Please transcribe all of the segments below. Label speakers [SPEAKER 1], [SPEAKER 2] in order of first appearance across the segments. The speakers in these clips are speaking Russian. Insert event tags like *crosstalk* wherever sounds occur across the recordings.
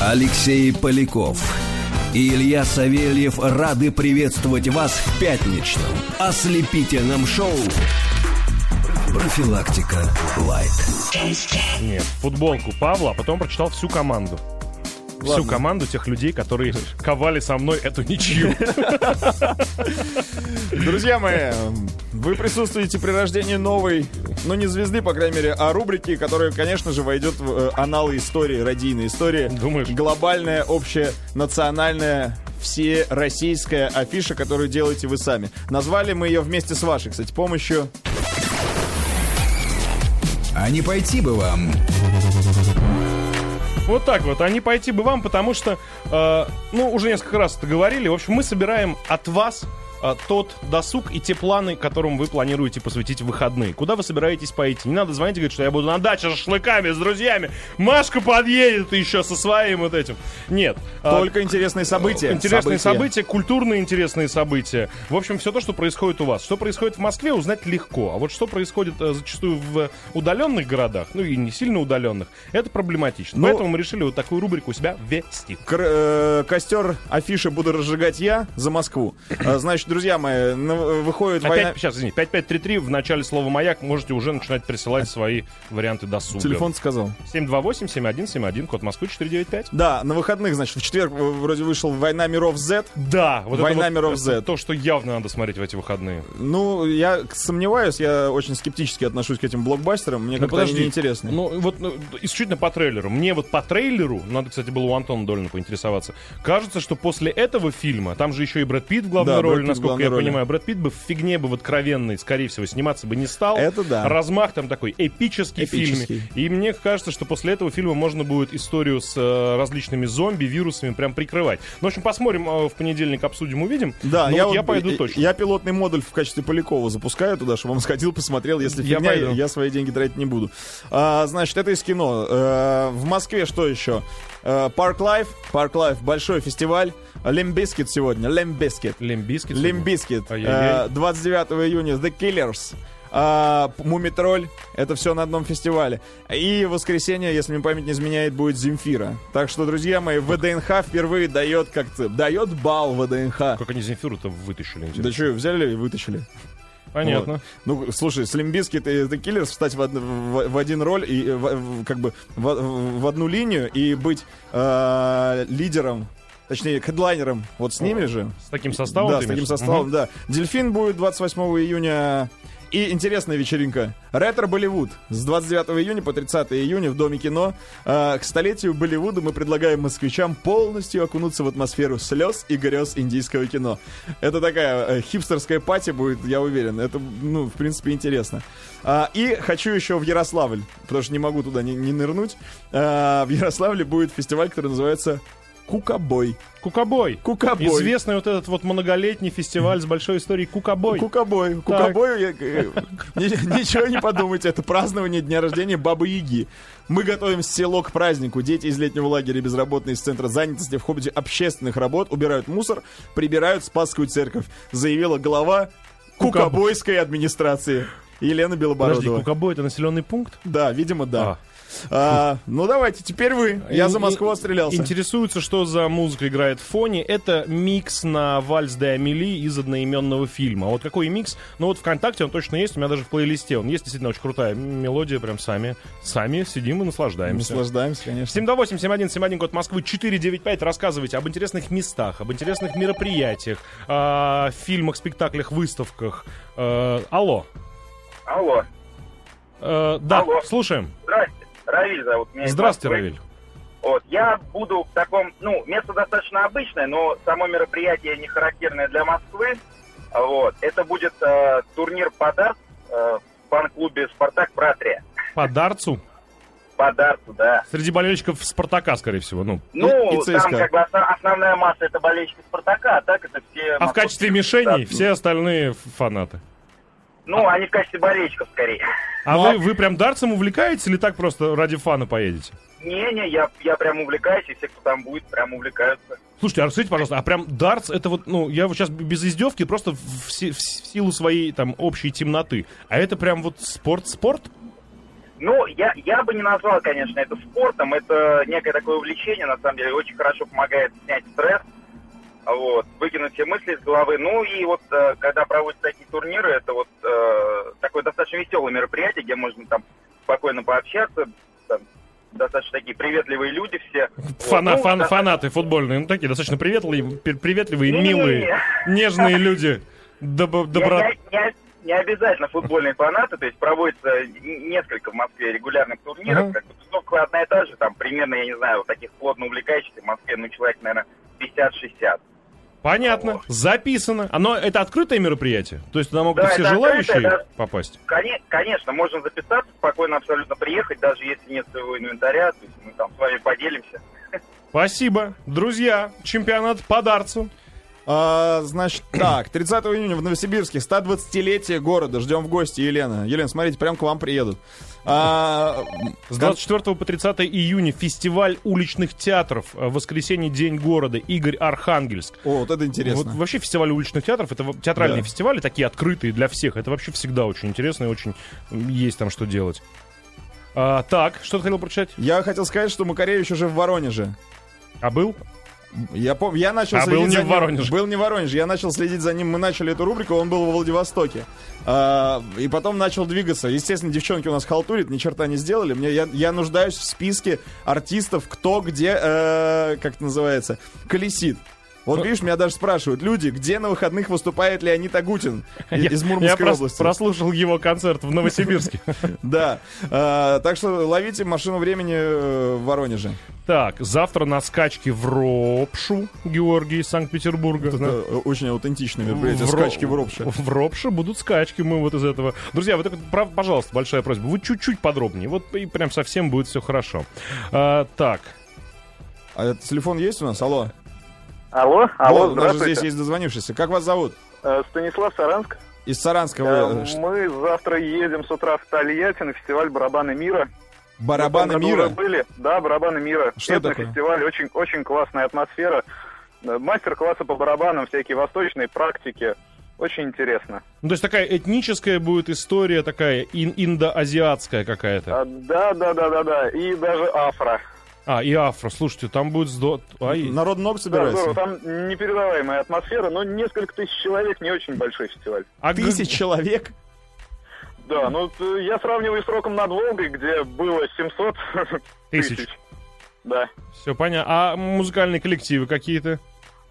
[SPEAKER 1] Алексей Поляков и Илья Савельев рады приветствовать вас в пятничном ослепительном шоу «Профилактика Лайт».
[SPEAKER 2] Нет, футболку Павла, а потом прочитал всю команду. Всю
[SPEAKER 3] Ладно.
[SPEAKER 2] команду тех людей, которые ковали со мной эту
[SPEAKER 3] *laughs*
[SPEAKER 2] ничью.
[SPEAKER 3] Друзья мои, вы присутствуете при рождении новой, ну не звезды, по крайней мере, а рубрики, которая, конечно же, войдет в э, аналы истории, радийной истории.
[SPEAKER 2] Думаешь?
[SPEAKER 3] Глобальная, общая, национальная, всероссийская афиша, которую делаете вы сами. Назвали мы ее вместе с вашей, кстати, помощью.
[SPEAKER 1] А не пойти бы вам
[SPEAKER 2] Вот так вот. Они пойти бы вам, потому что, э, ну, уже несколько раз это говорили. В общем, мы собираем от вас э, тот досуг и те планы, которым вы планируете посвятить выходные. Куда вы собираетесь пойти? Не надо звонить и говорить, что я буду на даче с шашлыками, с друзьями. Машка подъедет еще со своим вот этим. Нет. Э,
[SPEAKER 3] Только интересные события.
[SPEAKER 2] Интересные события, культурные интересные события. В общем, все то, что происходит у вас. Что происходит в Москве, узнать легко. А вот что происходит э, зачастую в удаленных городах, ну и не сильно удаленных, это проблематично.
[SPEAKER 3] Ну-
[SPEAKER 2] Поэтому мы решили вот такую рубрику у себя ввести.
[SPEAKER 3] э, костер афиши буду разжигать я за Москву. Э, Значит, друзья мои, на- выходит война...
[SPEAKER 2] Опять, сейчас, извини, 5533 в начале слова «Маяк» можете уже начинать присылать свои варианты досуга.
[SPEAKER 3] Телефон сказал.
[SPEAKER 2] 728-7171, код Москвы 495.
[SPEAKER 3] Да, на выходных, значит, в четверг э, вроде вышел «Война миров Z».
[SPEAKER 2] Да, вот
[SPEAKER 3] «Война
[SPEAKER 2] это вот
[SPEAKER 3] миров
[SPEAKER 2] это
[SPEAKER 3] Z».
[SPEAKER 2] то, что явно надо смотреть в эти выходные.
[SPEAKER 3] Ну, я к- сомневаюсь, я очень скептически отношусь к этим блокбастерам. Мне как-то они неинтересны.
[SPEAKER 2] Ну, вот ну, исключительно по трейлеру. Мне вот по трейлеру, надо, кстати, было у Антона Дольна поинтересоваться, кажется, что после этого фильма, там же еще и Брэд Питт в главной
[SPEAKER 3] Да, Брэд
[SPEAKER 2] роли,
[SPEAKER 3] Питт в
[SPEAKER 2] насколько
[SPEAKER 3] главной
[SPEAKER 2] я
[SPEAKER 3] роли.
[SPEAKER 2] понимаю. Брэд Питт бы в фигне бы в откровенной, скорее всего, сниматься бы не стал.
[SPEAKER 3] Это да.
[SPEAKER 2] Размах там такой эпический,
[SPEAKER 3] Эпический.
[SPEAKER 2] фильм. И мне кажется, что после этого фильма можно будет историю с э, различными зомби, вирусами прям прикрывать. Ну, в общем, посмотрим э, в понедельник, обсудим, увидим.
[SPEAKER 3] Да,
[SPEAKER 2] Но
[SPEAKER 3] я,
[SPEAKER 2] ну вот я
[SPEAKER 3] вот,
[SPEAKER 2] пойду
[SPEAKER 3] э,
[SPEAKER 2] точно.
[SPEAKER 3] Я пилотный модуль в качестве Полякова запускаю туда, чтобы он сходил, посмотрел. Если
[SPEAKER 2] Я
[SPEAKER 3] фигня,
[SPEAKER 2] пойду.
[SPEAKER 3] я свои деньги тратить не буду. А, значит, это из кино. Э, в Москве что еще? Э, Парк Лайф. Парк Лайф. Большой фестиваль. Лимбискет сегодня. Лимбискет.
[SPEAKER 2] Лимбискет.
[SPEAKER 3] Лимбискет.
[SPEAKER 2] Ай-яй-яй.
[SPEAKER 3] 29 Э, июня. The Killers. А, Мумитроль. Это все на одном фестивале. И в воскресенье, если мне память не изменяет, будет Земфира. Так что, друзья мои, ВДНХ впервые дает как-то... Дает бал ВДНХ.
[SPEAKER 2] Как они Земфиру-то вытащили,
[SPEAKER 3] Да
[SPEAKER 2] интересно.
[SPEAKER 3] что, взяли и вытащили.
[SPEAKER 2] Понятно.
[SPEAKER 3] Вот. Ну, слушай, с Лимбиски ты, киллер встать в, од- в- в один роль и э, в- в- как бы в, в- в одну линию и быть э, лидером, точнее, хедлайнером вот с ними же.
[SPEAKER 2] С таким составом
[SPEAKER 3] Да,
[SPEAKER 2] ты
[SPEAKER 3] с таким
[SPEAKER 2] имеешь?
[SPEAKER 3] составом,
[SPEAKER 2] Мгм.
[SPEAKER 3] да. Дельфин будет 28 июня. И интересная вечеринка. Ретро Болливуд. С 29 июня по 30 июня в Доме кино. Э, к столетию Болливуда мы предлагаем москвичам полностью окунуться в атмосферу слез и грез индийского кино. Это такая э, хипстерская пати будет, я уверен. Это, ну, в принципе, интересно. А, и хочу еще в Ярославль, потому что не могу туда не, не нырнуть. А, в Ярославле будет фестиваль, который называется Кукабой.
[SPEAKER 2] Кукобой.
[SPEAKER 3] Кукабой.
[SPEAKER 2] Известный вот этот вот многолетний фестиваль с большой историей Кукобой.
[SPEAKER 3] Кукобой. Кукобой, я- э, ни- ничего не подумайте, это празднование дня рождения Бабы Яги. Мы готовим село к празднику. Дети из летнего лагеря, безработные из центра занятости в ходе общественных работ убирают мусор, прибирают Спасскую церковь, заявила глава Кукобойской администрации Елена
[SPEAKER 2] Подожди,
[SPEAKER 3] Белобородова.
[SPEAKER 2] Кукобой это населенный пункт?
[SPEAKER 3] Да, видимо, да.
[SPEAKER 2] А.
[SPEAKER 3] А, ну давайте, теперь вы. Я за Москву
[SPEAKER 2] И-
[SPEAKER 3] отстрелялся.
[SPEAKER 2] Интересуется, что за музыка играет в фоне. Это микс на вальс де Амели из одноименного фильма. А Вот какой микс? Ну вот ВКонтакте он точно есть, у меня даже в плейлисте. Он есть действительно очень крутая м- мелодия, прям сами. Сами сидим и наслаждаемся.
[SPEAKER 3] Наслаждаемся, конечно.
[SPEAKER 2] 728-7171, код Москвы, 495. Рассказывайте об интересных местах, об интересных мероприятиях, о фильмах, спектаклях, выставках. Э, Алло.
[SPEAKER 4] Алло,
[SPEAKER 2] Э, Да,
[SPEAKER 4] Алло. Э,
[SPEAKER 2] слушаем.
[SPEAKER 4] здрасте. Равиль зовут меня. из
[SPEAKER 2] Здравствуйте,
[SPEAKER 4] Москвы.
[SPEAKER 2] Равиль.
[SPEAKER 4] Вот, я буду в таком, ну, место достаточно обычное, но само мероприятие не характерное для Москвы. Вот, это будет э, турнир по дартс э, в фан-клубе «Спартак Братрия».
[SPEAKER 2] По дарцу.
[SPEAKER 4] По дартсу, да.
[SPEAKER 2] Среди болельщиков Спартака, скорее всего. Ну,
[SPEAKER 4] Ну,
[SPEAKER 3] и
[SPEAKER 4] там
[SPEAKER 3] ЦСКА.
[SPEAKER 4] как бы осно- основная масса это болельщики Спартака, а так это все...
[SPEAKER 2] а в
[SPEAKER 4] московские
[SPEAKER 2] качестве мишеней
[SPEAKER 4] ребята.
[SPEAKER 2] все остальные ф- фанаты.
[SPEAKER 4] Ну, они в качестве болельщиков скорее. *laughs*
[SPEAKER 2] А
[SPEAKER 3] Ну,
[SPEAKER 2] вы,
[SPEAKER 3] а-
[SPEAKER 2] вы прям дарцем увлекаетесь или так просто ради фана поедете?
[SPEAKER 4] Не-не, я, я прям увлекаюсь, и все, кто там будет, прям увлекаются.
[SPEAKER 2] Слушайте, а расскажите, пожалуйста, а прям дартс, это вот, ну, я вот сейчас без издевки, просто в, си- в си- в силу своей там общей темноты. А это прям вот спорт-спорт?
[SPEAKER 4] Ну, я, я бы не назвал, конечно, это спортом. Это некое такое увлечение, на самом деле, очень хорошо помогает снять стресс, вот, выкинуть все мысли из головы. Ну и вот, э, когда проводят такие турниры, это вот э, такое достаточно веселое мероприятие, где можно там спокойно пообщаться, там, достаточно такие приветливые люди все.
[SPEAKER 2] Фана-
[SPEAKER 4] Вот, ну,
[SPEAKER 2] фан-
[SPEAKER 4] да. Ну,
[SPEAKER 2] фанаты футбольные, ну такие достаточно приветливые, пи- приветливые,
[SPEAKER 4] Не-не-не.
[SPEAKER 2] милые, нежные люди. Добро-
[SPEAKER 4] Не-
[SPEAKER 2] добро-
[SPEAKER 4] Не, не- не обязательно футбольные фанаты, то есть проводится н- несколько в Москве регулярных турниров,
[SPEAKER 3] Ага.
[SPEAKER 4] как бы тусовка одна и та же, там примерно, я не знаю, вот таких плотно увлекающихся в Москве, ну, человек, наверное, 50-60.
[SPEAKER 2] Понятно, записано. Оно это открытое мероприятие? То есть туда могут
[SPEAKER 4] Да,
[SPEAKER 2] все
[SPEAKER 4] это
[SPEAKER 2] желающие
[SPEAKER 4] открытое, да.
[SPEAKER 2] попасть?
[SPEAKER 4] Коне- Конечно, можно записаться, спокойно абсолютно приехать, даже если нет своего инвентаря, то есть мы там с вами поделимся.
[SPEAKER 2] Спасибо. Друзья, чемпионат по дарцу.
[SPEAKER 3] А, значит, *clears throat* так, 30 июня в Новосибирске, 120-летие города. Ждем в гости, Елена. Елена, смотрите, прям к вам приедут. А,
[SPEAKER 2] С
[SPEAKER 3] кон-
[SPEAKER 2] 24 по 30 июня фестиваль уличных театров. э, Воскресенье, День города. Игорь Архангельск.
[SPEAKER 3] О, вот это интересно.
[SPEAKER 2] Вот вообще фестивали уличных театров, это во- театральные
[SPEAKER 3] Да.
[SPEAKER 2] фестивали, такие открытые для всех. Это вообще всегда очень интересно и очень м, есть там что делать. А, так, что ты хотел прочитать?
[SPEAKER 3] Я хотел сказать, что Макаревич уже в Воронеже.
[SPEAKER 2] А был?
[SPEAKER 3] Я помню, я начал
[SPEAKER 2] А
[SPEAKER 3] следить
[SPEAKER 2] был не
[SPEAKER 3] за
[SPEAKER 2] в
[SPEAKER 3] ним.
[SPEAKER 2] Воронеже.
[SPEAKER 3] Был не в Воронеже. Я начал следить за ним. Мы начали эту рубрику, он был во Владивостоке. А, и потом начал двигаться. Естественно, девчонки у нас халтурят, ни черта не сделали. Мне, я, я нуждаюсь в списке артистов, кто где, э, как это называется, колесит.
[SPEAKER 2] Ну,
[SPEAKER 3] Вот видишь, меня даже спрашивают люди, где на выходных выступает Леонид Агутин
[SPEAKER 2] *laughs*
[SPEAKER 3] и- из
[SPEAKER 2] я
[SPEAKER 3] Мурманской
[SPEAKER 2] прос-
[SPEAKER 3] области.
[SPEAKER 2] прослушал его концерт в
[SPEAKER 3] *laughs*
[SPEAKER 2] Новосибирске.
[SPEAKER 3] Да. А, так что ловите машину времени э, в Воронеже.
[SPEAKER 2] Так, завтра на скачке в Ропшу, Георгий из Санкт-Петербурга.
[SPEAKER 3] Это очень аутентичное мероприятие.
[SPEAKER 2] В Ро-
[SPEAKER 3] Скачки в Ропше.
[SPEAKER 2] В Ропше будут скачки, мы вот из этого. Друзья, вот, это, прав- пожалуйста, большая просьба. Вы чуть-чуть подробнее. Вот и прям совсем будет все хорошо. А, так,
[SPEAKER 3] А это телефон есть у нас? Алло.
[SPEAKER 5] Алло,
[SPEAKER 3] Алло,
[SPEAKER 5] алло, А
[SPEAKER 3] у нас же здесь
[SPEAKER 5] здравствуйте.
[SPEAKER 3] есть дозвонившийся. Как вас зовут?
[SPEAKER 5] Э, Станислав Саранск.
[SPEAKER 3] Из Саранска вы,
[SPEAKER 5] Э,
[SPEAKER 3] э, ш-
[SPEAKER 5] Мы завтра едем с утра в Тольятти на фестиваль «Барабаны мира». Мы
[SPEAKER 3] барабаны
[SPEAKER 5] в том году
[SPEAKER 3] мира.
[SPEAKER 5] уже были. Да, «Барабаны мира».
[SPEAKER 3] Что
[SPEAKER 5] Чудный
[SPEAKER 3] такое?
[SPEAKER 5] фестиваль, очень, очень классная атмосфера. Э, Мастер-классы по барабанам, всякие восточные практики. Очень интересно.
[SPEAKER 2] Ну, то есть такая этническая будет история, такая ин- индоазиатская какая-то.
[SPEAKER 5] А, Да, да, да, да, да. И даже афро.
[SPEAKER 2] А, и афро, слушайте, там будет здо... Ай.
[SPEAKER 3] Народ много
[SPEAKER 5] Да,
[SPEAKER 3] собирается?
[SPEAKER 5] здорово. Там непередаваемая атмосфера, но несколько тысяч человек, не очень большой фестиваль.
[SPEAKER 2] А г-
[SPEAKER 3] Тысяч человек?
[SPEAKER 5] Да, ну э, я сравниваю с роком над Волгой, где было *laughs* 700
[SPEAKER 2] Тысяч.
[SPEAKER 5] тысяч. Да.
[SPEAKER 2] Все понятно. А музыкальные коллективы какие-то?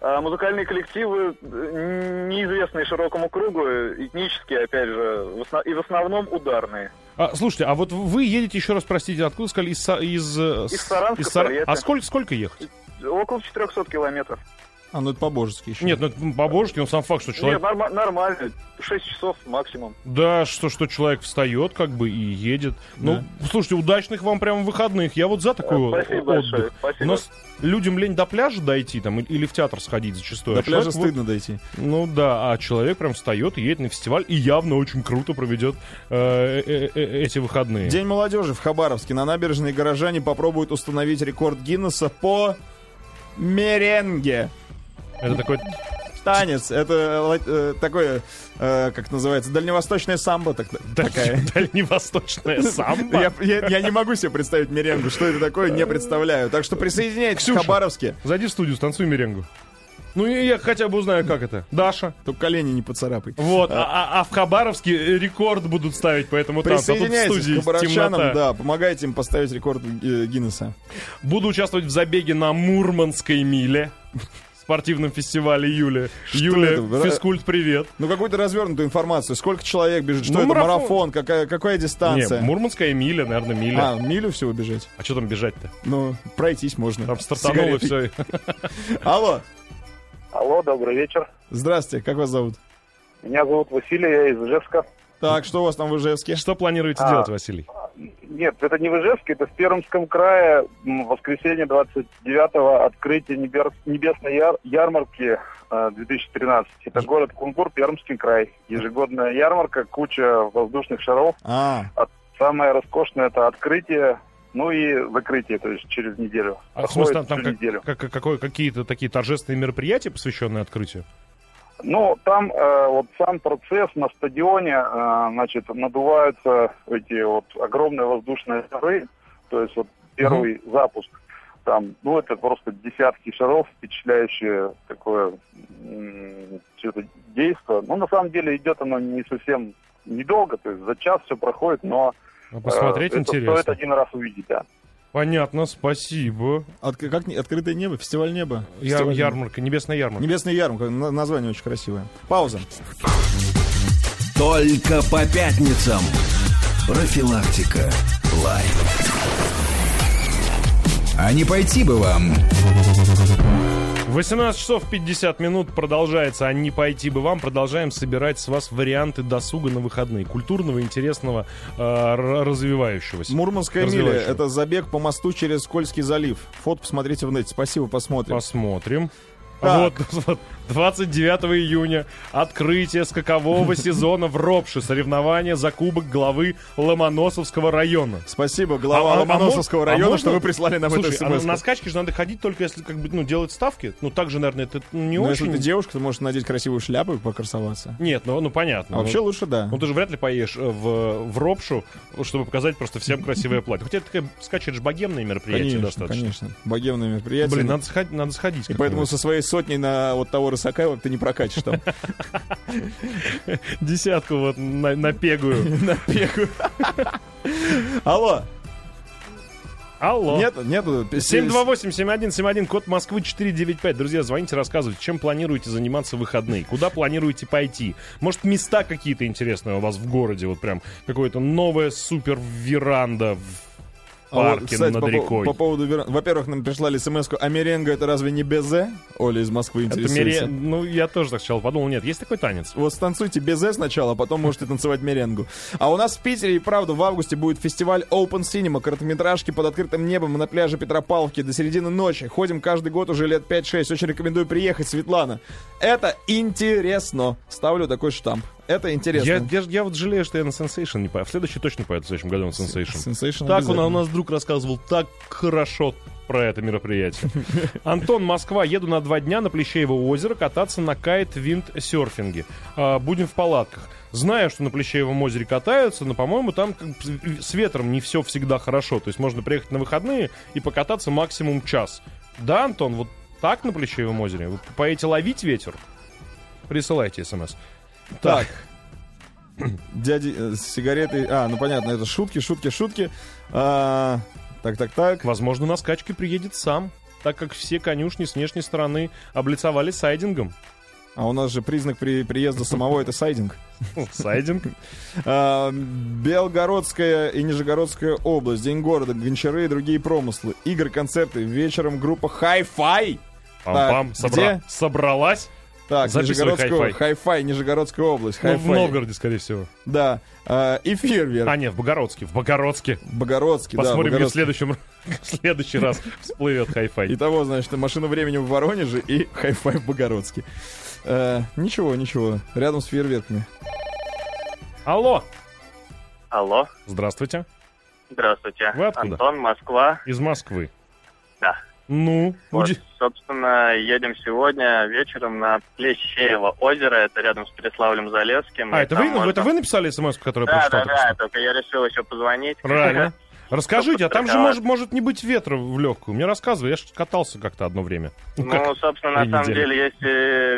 [SPEAKER 5] А музыкальные коллективы э, неизвестные широкому кругу, э, этнические, опять же, в осно- и в основном ударные.
[SPEAKER 2] А, слушайте, а вот вы едете еще раз, простите, откуда сказали? Из, Са- из, э,
[SPEAKER 5] Из
[SPEAKER 2] с-
[SPEAKER 5] Саранска
[SPEAKER 2] Сара-
[SPEAKER 5] в Тольятти.
[SPEAKER 2] А сколько, сколько ехать?
[SPEAKER 5] Около 400 километров.
[SPEAKER 3] А ну это по-божески еще.
[SPEAKER 2] Нет, ну это по-божески, но сам факт, что человек...
[SPEAKER 5] Нет, норма- нормально, 6 часов максимум.
[SPEAKER 2] Да, что, что человек встает как бы и едет. Ну, слушайте, удачных вам прямо выходных. Я вот за такой
[SPEAKER 5] Э, Спасибо
[SPEAKER 2] о-
[SPEAKER 5] большое,
[SPEAKER 2] отдых. У
[SPEAKER 5] спасибо.
[SPEAKER 2] нас людям лень до пляжа дойти там или- или в театр сходить зачастую.
[SPEAKER 3] До
[SPEAKER 2] А человек
[SPEAKER 3] пляжа
[SPEAKER 2] вот-
[SPEAKER 3] стыдно дойти.
[SPEAKER 2] Ну да, а человек прям встает и едет на фестиваль и явно очень круто проведет э, э, э, эти выходные.
[SPEAKER 3] День молодежи в Хабаровске. На набережной горожане попробуют установить рекорд Гиннесса по меренге.
[SPEAKER 2] Это такой
[SPEAKER 3] Танец. Это э, такое, э, как называется, дальневосточная самбо так- такая.
[SPEAKER 2] *laughs*
[SPEAKER 3] *laughs*
[SPEAKER 2] дальневосточная самба.
[SPEAKER 3] Я, я- я не могу себе представить меренгу, что это такое, не представляю. Так что присоединяйтесь
[SPEAKER 2] Ксюша.
[SPEAKER 3] в Хабаровске.
[SPEAKER 2] Зайди в студию, станцуй меренгу. Ну, и я хотя бы узнаю, как это. Даша.
[SPEAKER 3] Только колени не поцарапай.
[SPEAKER 2] Вот, а, а- а в Хабаровске рекорд будут ставить, поэтому там, а тут в
[SPEAKER 3] Присоединяйтесь
[SPEAKER 2] студии
[SPEAKER 3] к хабаровчанам,
[SPEAKER 2] темнота.
[SPEAKER 3] да, помогайте им поставить рекорд э, Гиннесса.
[SPEAKER 2] Буду участвовать в забеге на Мурманской миле. в Спортивном фестивале Юля. Юля,
[SPEAKER 3] это?
[SPEAKER 2] физкульт, привет.
[SPEAKER 3] Ну, какую-то развернутую информацию. Сколько человек бежит? Что
[SPEAKER 2] Ну,
[SPEAKER 3] это?
[SPEAKER 2] марафон.
[SPEAKER 3] Марафон? какая, какая
[SPEAKER 2] Не,
[SPEAKER 3] дистанция?
[SPEAKER 2] Мурманская миля, наверное, миля.
[SPEAKER 3] А, милю всего бежать?
[SPEAKER 2] а что там бежать-то?
[SPEAKER 3] Ну, пройтись можно.
[SPEAKER 2] Там стартануло
[SPEAKER 3] Сигареты.
[SPEAKER 2] все.
[SPEAKER 3] Алло,
[SPEAKER 6] Алло, добрый вечер.
[SPEAKER 3] здрасте, как вас зовут?
[SPEAKER 6] Меня зовут Василий, я из Ижевска.
[SPEAKER 3] Так, что у вас там в Ижевске?
[SPEAKER 2] Что планируете
[SPEAKER 6] А.
[SPEAKER 2] делать, Василий?
[SPEAKER 6] Нет, это не в Ижевске, это в Пермском крае. М, Воскресенье 29-го открытие небер- небесной яр- ярмарки э, 2013. Это город Кунгур, Пермский край. Ежегодная ярмарка, куча воздушных шаров.
[SPEAKER 3] А,
[SPEAKER 6] Самое роскошное это открытие, ну и закрытие, то есть через неделю.
[SPEAKER 2] А в смысле, там,
[SPEAKER 6] Проходит
[SPEAKER 2] там
[SPEAKER 6] всю неделю.
[SPEAKER 2] как, как- какое- какие-то такие торжественные мероприятия, посвященные открытию?
[SPEAKER 6] Ну, там э, вот сам процесс на стадионе, э, значит, надуваются эти вот огромные воздушные шары, то есть вот первый запуск там, ну, это просто десятки шаров, впечатляющее такое м, что-то действо. Ну, на самом деле идет оно не совсем недолго, то есть за час все проходит, но
[SPEAKER 2] А
[SPEAKER 6] э,
[SPEAKER 2] Посмотреть
[SPEAKER 6] это стоит
[SPEAKER 2] интересно.
[SPEAKER 6] один раз увидеть, да.
[SPEAKER 2] Понятно, спасибо.
[SPEAKER 3] От- как не- открытое небо, фестиваль неба.
[SPEAKER 2] Я-
[SPEAKER 3] Фестиваль неба.
[SPEAKER 2] ярмарка, небесная ярмарка.
[SPEAKER 3] Небесная ярмарка, на- название очень красивое. Пауза.
[SPEAKER 1] Только по пятницам. Профилактика. Лайв.
[SPEAKER 7] А не пойти бы вам.
[SPEAKER 2] 18 часов 50 минут продолжается, а не пойти бы вам. Продолжаем собирать с вас варианты досуга на выходные. Культурного, интересного, э, р- развивающегося.
[SPEAKER 3] Мурманская миля.
[SPEAKER 2] Развивающего.
[SPEAKER 3] Это забег по мосту через Скользкий залив. Фото посмотрите в нете. Спасибо, посмотрим.
[SPEAKER 2] Посмотрим.
[SPEAKER 3] Так.
[SPEAKER 2] Вот, *laughs* вот, 29 июня открытие скакового
[SPEAKER 3] *laughs*
[SPEAKER 2] сезона в Ропше. Соревнования за кубок главы Ломоносовского района.
[SPEAKER 3] Спасибо, глава
[SPEAKER 2] А- а- а
[SPEAKER 3] Ломоносовского
[SPEAKER 2] мож- а
[SPEAKER 3] района,
[SPEAKER 2] можно-
[SPEAKER 3] что вы прислали нам
[SPEAKER 2] Слушай,
[SPEAKER 3] это
[SPEAKER 2] а на,
[SPEAKER 3] смс.
[SPEAKER 2] на скачки же надо ходить только если как бы ну делать ставки. Ну так же, наверное, это не
[SPEAKER 3] Ну,
[SPEAKER 2] очень.
[SPEAKER 3] если ты девушка, ты можешь надеть красивую шляпу и покрасоваться.
[SPEAKER 2] Нет, ну, ну понятно.
[SPEAKER 3] А
[SPEAKER 2] Ну,
[SPEAKER 3] вообще лучше, да.
[SPEAKER 2] Ну ты же вряд ли поешь э, в, в Ропшу, чтобы показать просто всем
[SPEAKER 3] *laughs*
[SPEAKER 2] красивое платье. Хотя это такая скачка, это же богемное мероприятие
[SPEAKER 3] Конечно,
[SPEAKER 2] достаточно.
[SPEAKER 3] конечно. Богемное мероприятие.
[SPEAKER 2] Блин, надо сходить, надо сходить.
[SPEAKER 3] И
[SPEAKER 2] как-то.
[SPEAKER 3] поэтому со своей сотней на вот того Рысакаева ты не
[SPEAKER 2] *laughs*
[SPEAKER 3] прокатишь там.
[SPEAKER 2] десятку вот на- напегаю.
[SPEAKER 3] *laughs* Алло,
[SPEAKER 2] Алло.
[SPEAKER 3] нет, нету.
[SPEAKER 2] 728-7171, код Москвы 495. Друзья, звоните, рассказывайте, чем планируете заниматься в выходные, куда планируете пойти. Может, места какие-то интересные у вас в городе, вот прям какое-то новое супер веранда в
[SPEAKER 3] А вот,
[SPEAKER 2] парке
[SPEAKER 3] кстати,
[SPEAKER 2] над
[SPEAKER 3] по, по-
[SPEAKER 2] рекой.
[SPEAKER 3] по поводу веран- Во-первых, нам прислали смс -ку, а меренга это разве не безе? Оля из Москвы
[SPEAKER 2] Это мере-
[SPEAKER 3] интересуется.
[SPEAKER 2] Ну, я тоже так сначала подумал, нет, есть такой танец?
[SPEAKER 3] Вот станцуйте безе сначала, а потом можете танцевать меренгу. А у нас в Питере и правда в августе будет фестиваль Open Cinema, короткометражки под открытым небом на пляже Петропавловки до середины ночи. Ходим каждый год уже лет 5-6. Очень рекомендую приехать, Светлана. Это интересно. Ставлю такой штамп. Это интересно.
[SPEAKER 2] Я, я ж- я вот жалею, что я на Sensation не поеду. В следующий точно поеду, в следующем году на Sensation.
[SPEAKER 3] Сенсейшн
[SPEAKER 2] Так он
[SPEAKER 3] обязательно.
[SPEAKER 2] у нас друг рассказывал, так хорошо про это
[SPEAKER 3] *laughs*
[SPEAKER 2] мероприятие. Антон, Москва, еду на два дня на Плещеево озеро кататься на кайт-винт-серфинге. А, будем в палатках. Знаю, что на Плещеевом озере катаются, но, по-моему, там как бы с- с ветром не все всегда хорошо. То есть можно приехать на выходные и покататься максимум час. Да, Антон, вот так на Плещеевом озере? Вы поедете ловить ветер? Присылайте смс.
[SPEAKER 3] Так. Дяди э, с сигаретой. А, ну понятно, это шутки, шутки, шутки. А, так, так, так.
[SPEAKER 2] Возможно, на скачке приедет сам, так как все конюшни с внешней стороны облицовали сайдингом.
[SPEAKER 3] А у нас же признак при приезда самого это сайдинг.
[SPEAKER 2] Сайдинг?
[SPEAKER 3] А, Белгородская и Нижегородская область, День города, гончары и другие промыслы. Игры, концерты. Вечером группа Hi-Fi.
[SPEAKER 2] Пам-пам,
[SPEAKER 3] Так,
[SPEAKER 2] собра-
[SPEAKER 3] где?
[SPEAKER 2] собралась.
[SPEAKER 3] Так,
[SPEAKER 2] Записывай
[SPEAKER 3] Нижегородская,
[SPEAKER 2] Hi-Fi.
[SPEAKER 3] Hi-Fi, Нижегородская область.
[SPEAKER 2] Ну,
[SPEAKER 3] Hi-Fi.
[SPEAKER 2] в Новгороде, скорее всего.
[SPEAKER 3] Да. А, и фейерверк.
[SPEAKER 2] А, нет, в Богородске. В Богородске.
[SPEAKER 3] Богородский,
[SPEAKER 2] Посмотрим,
[SPEAKER 3] да,
[SPEAKER 2] где в
[SPEAKER 3] Богородский.
[SPEAKER 2] следующем *laughs* в следующий раз всплывет хай-фай.
[SPEAKER 3] Итого, значит, машина времени в Воронеже и хай-фай в Богородске. Э, ничего, ничего. Рядом с фейерверками.
[SPEAKER 2] Алло!
[SPEAKER 8] Алло,
[SPEAKER 2] Здравствуйте.
[SPEAKER 8] здравствуйте.
[SPEAKER 2] Вы откуда?
[SPEAKER 8] Антон, Москва.
[SPEAKER 2] Из Москвы.
[SPEAKER 8] Да.
[SPEAKER 2] Ну,
[SPEAKER 8] Вот,
[SPEAKER 2] уди-
[SPEAKER 8] собственно, едем сегодня вечером на Плещеево озеро. Это рядом с Переславлем Залесским.
[SPEAKER 2] А,
[SPEAKER 8] И
[SPEAKER 2] это
[SPEAKER 8] там
[SPEAKER 2] вы,
[SPEAKER 8] можно-
[SPEAKER 2] это вы написали смс, которая
[SPEAKER 8] Да,
[SPEAKER 2] пришла?
[SPEAKER 8] да,
[SPEAKER 2] только
[SPEAKER 8] да,
[SPEAKER 2] что?
[SPEAKER 8] только я решил еще позвонить. *laughs*
[SPEAKER 2] Правильно. Расскажите, а там же
[SPEAKER 8] подстраховать.
[SPEAKER 2] может, может не быть ветра в легкую. Мне рассказывали, я же катался как-то одно время. Ну, как
[SPEAKER 8] Ну, собственно,
[SPEAKER 2] Три
[SPEAKER 8] на самом
[SPEAKER 2] недели.
[SPEAKER 8] деле,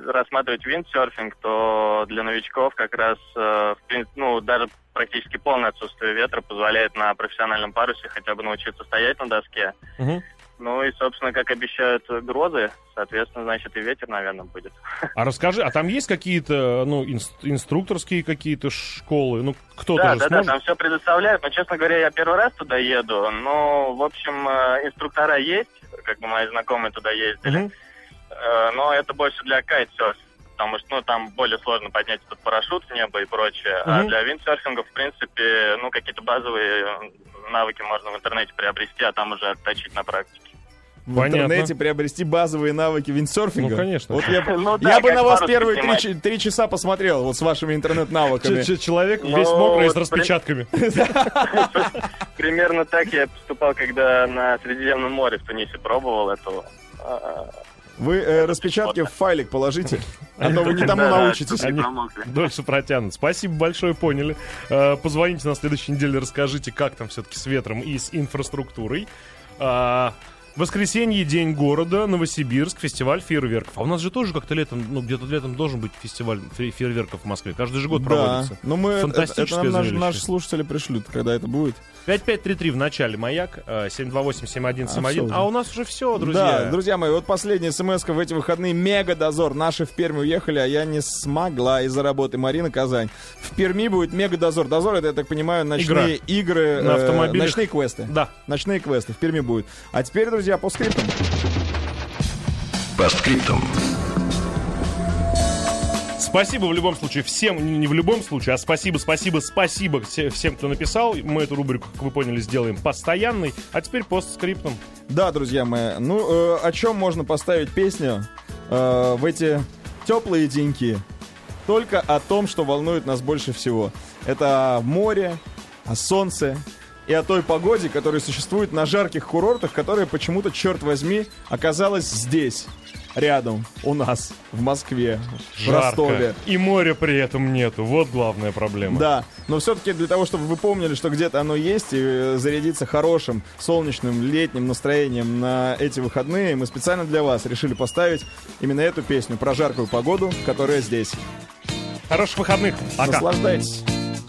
[SPEAKER 8] если рассматривать виндсерфинг, то для новичков как раз, э, в принципе, ну, даже практически полное отсутствие ветра позволяет на профессиональном парусе хотя бы научиться стоять на доске.
[SPEAKER 2] Мгм.
[SPEAKER 8] Ну и, собственно, как обещают э, грозы, соответственно, значит, и ветер, наверное, будет.
[SPEAKER 2] А расскажи, а там есть какие-то, ну, инс- инструкторские какие-то школы? Ну, кто-то
[SPEAKER 8] Да,
[SPEAKER 2] же
[SPEAKER 8] да, да,
[SPEAKER 2] сможет?
[SPEAKER 8] там все предоставляют, но, честно говоря, я первый раз туда еду, но, в общем, э, инструктора есть, как бы мои знакомые туда ездили,
[SPEAKER 2] Мгм.
[SPEAKER 8] Э, но это больше для кайтсерф, потому что, ну, там более сложно поднять этот парашют в небо и прочее, а
[SPEAKER 2] Мгм.
[SPEAKER 8] для виндсерфинга, в принципе, ну, какие-то базовые э, навыки можно в интернете приобрести, а там уже отточить на практике.
[SPEAKER 3] В
[SPEAKER 2] Понятно.
[SPEAKER 3] интернете приобрести базовые навыки виндсерфинга.
[SPEAKER 2] Ну, конечно.
[SPEAKER 3] Вот я,
[SPEAKER 8] Ну
[SPEAKER 3] я
[SPEAKER 8] да,
[SPEAKER 3] бы
[SPEAKER 8] как
[SPEAKER 3] на вас
[SPEAKER 8] парус
[SPEAKER 3] первые три,
[SPEAKER 8] поднимать.
[SPEAKER 3] чи- три часа посмотрел, вот с вашими интернет-навыками.
[SPEAKER 2] Ч- ч- Человек
[SPEAKER 8] Ну,
[SPEAKER 2] весь мокрый с
[SPEAKER 8] вот, блин.
[SPEAKER 2] распечатками.
[SPEAKER 8] Примерно так я поступал, когда на Средиземном море в Тунисе пробовал эту э,
[SPEAKER 3] Вы э, распечатки в файлик положите, а то вы не тому
[SPEAKER 8] Да, да,
[SPEAKER 3] научитесь.
[SPEAKER 8] чтоб не
[SPEAKER 2] Они-
[SPEAKER 8] промокли.
[SPEAKER 2] Дольше протянут. Спасибо большое, поняли. Э, Позвоните на следующей неделе, расскажите, как там все-таки с ветром и с инфраструктурой. А, Воскресенье, День города, Новосибирск, фестиваль фейерверков. А у нас же тоже как-то летом, ну где-то летом должен быть фестиваль фе- фейерверков в Москве. Каждый же год
[SPEAKER 3] Да,
[SPEAKER 2] проводится.
[SPEAKER 3] но мы это- это
[SPEAKER 2] Фантастическое
[SPEAKER 3] нам наш-
[SPEAKER 2] зрелище.
[SPEAKER 3] наши слушатели пришлют, когда это будет.
[SPEAKER 2] 5533 в начале маяк, э, 728-7171.
[SPEAKER 3] Абсолютно.
[SPEAKER 2] А у нас уже все, друзья.
[SPEAKER 3] Да, друзья мои, вот последняя смс в эти выходные. Мега дозор. Наши в Пермь уехали, а я не смогла из-за работы. Марина Казань. В Перми будет мега дозор. Дозор это, я так понимаю, ночные игры.
[SPEAKER 2] На
[SPEAKER 3] э,
[SPEAKER 2] автомобилях.
[SPEAKER 3] Ночные квесты.
[SPEAKER 2] Да.
[SPEAKER 3] Ночные квесты в Перми будет. А теперь, друзья, по скриптам.
[SPEAKER 1] По скриптум.
[SPEAKER 2] Спасибо в любом случае всем, не- не в любом случае, а спасибо, спасибо, спасибо все- всем, кто написал. Мы эту рубрику, как вы поняли, сделаем постоянной. А теперь постскриптум.
[SPEAKER 3] Да, друзья мои, ну э, о чем можно поставить песню э, в эти теплые деньки? Только о том, что волнует нас больше всего. Это море, о солнце и о той погоде, которая существует на жарких курортах, которая почему-то, черт возьми, оказалась здесь, рядом, у нас, в Москве, в
[SPEAKER 2] Жарко.
[SPEAKER 3] Ростове.
[SPEAKER 2] И моря при этом нету. Вот главная проблема.
[SPEAKER 3] Да, но все-таки для того, чтобы вы помнили, что где-то оно есть, и э, зарядиться хорошим, солнечным, летним настроением на эти выходные, мы специально для вас решили поставить именно эту песню про жаркую погоду, которая здесь.
[SPEAKER 2] Хороших выходных. Пока.
[SPEAKER 3] Наслаждайтесь.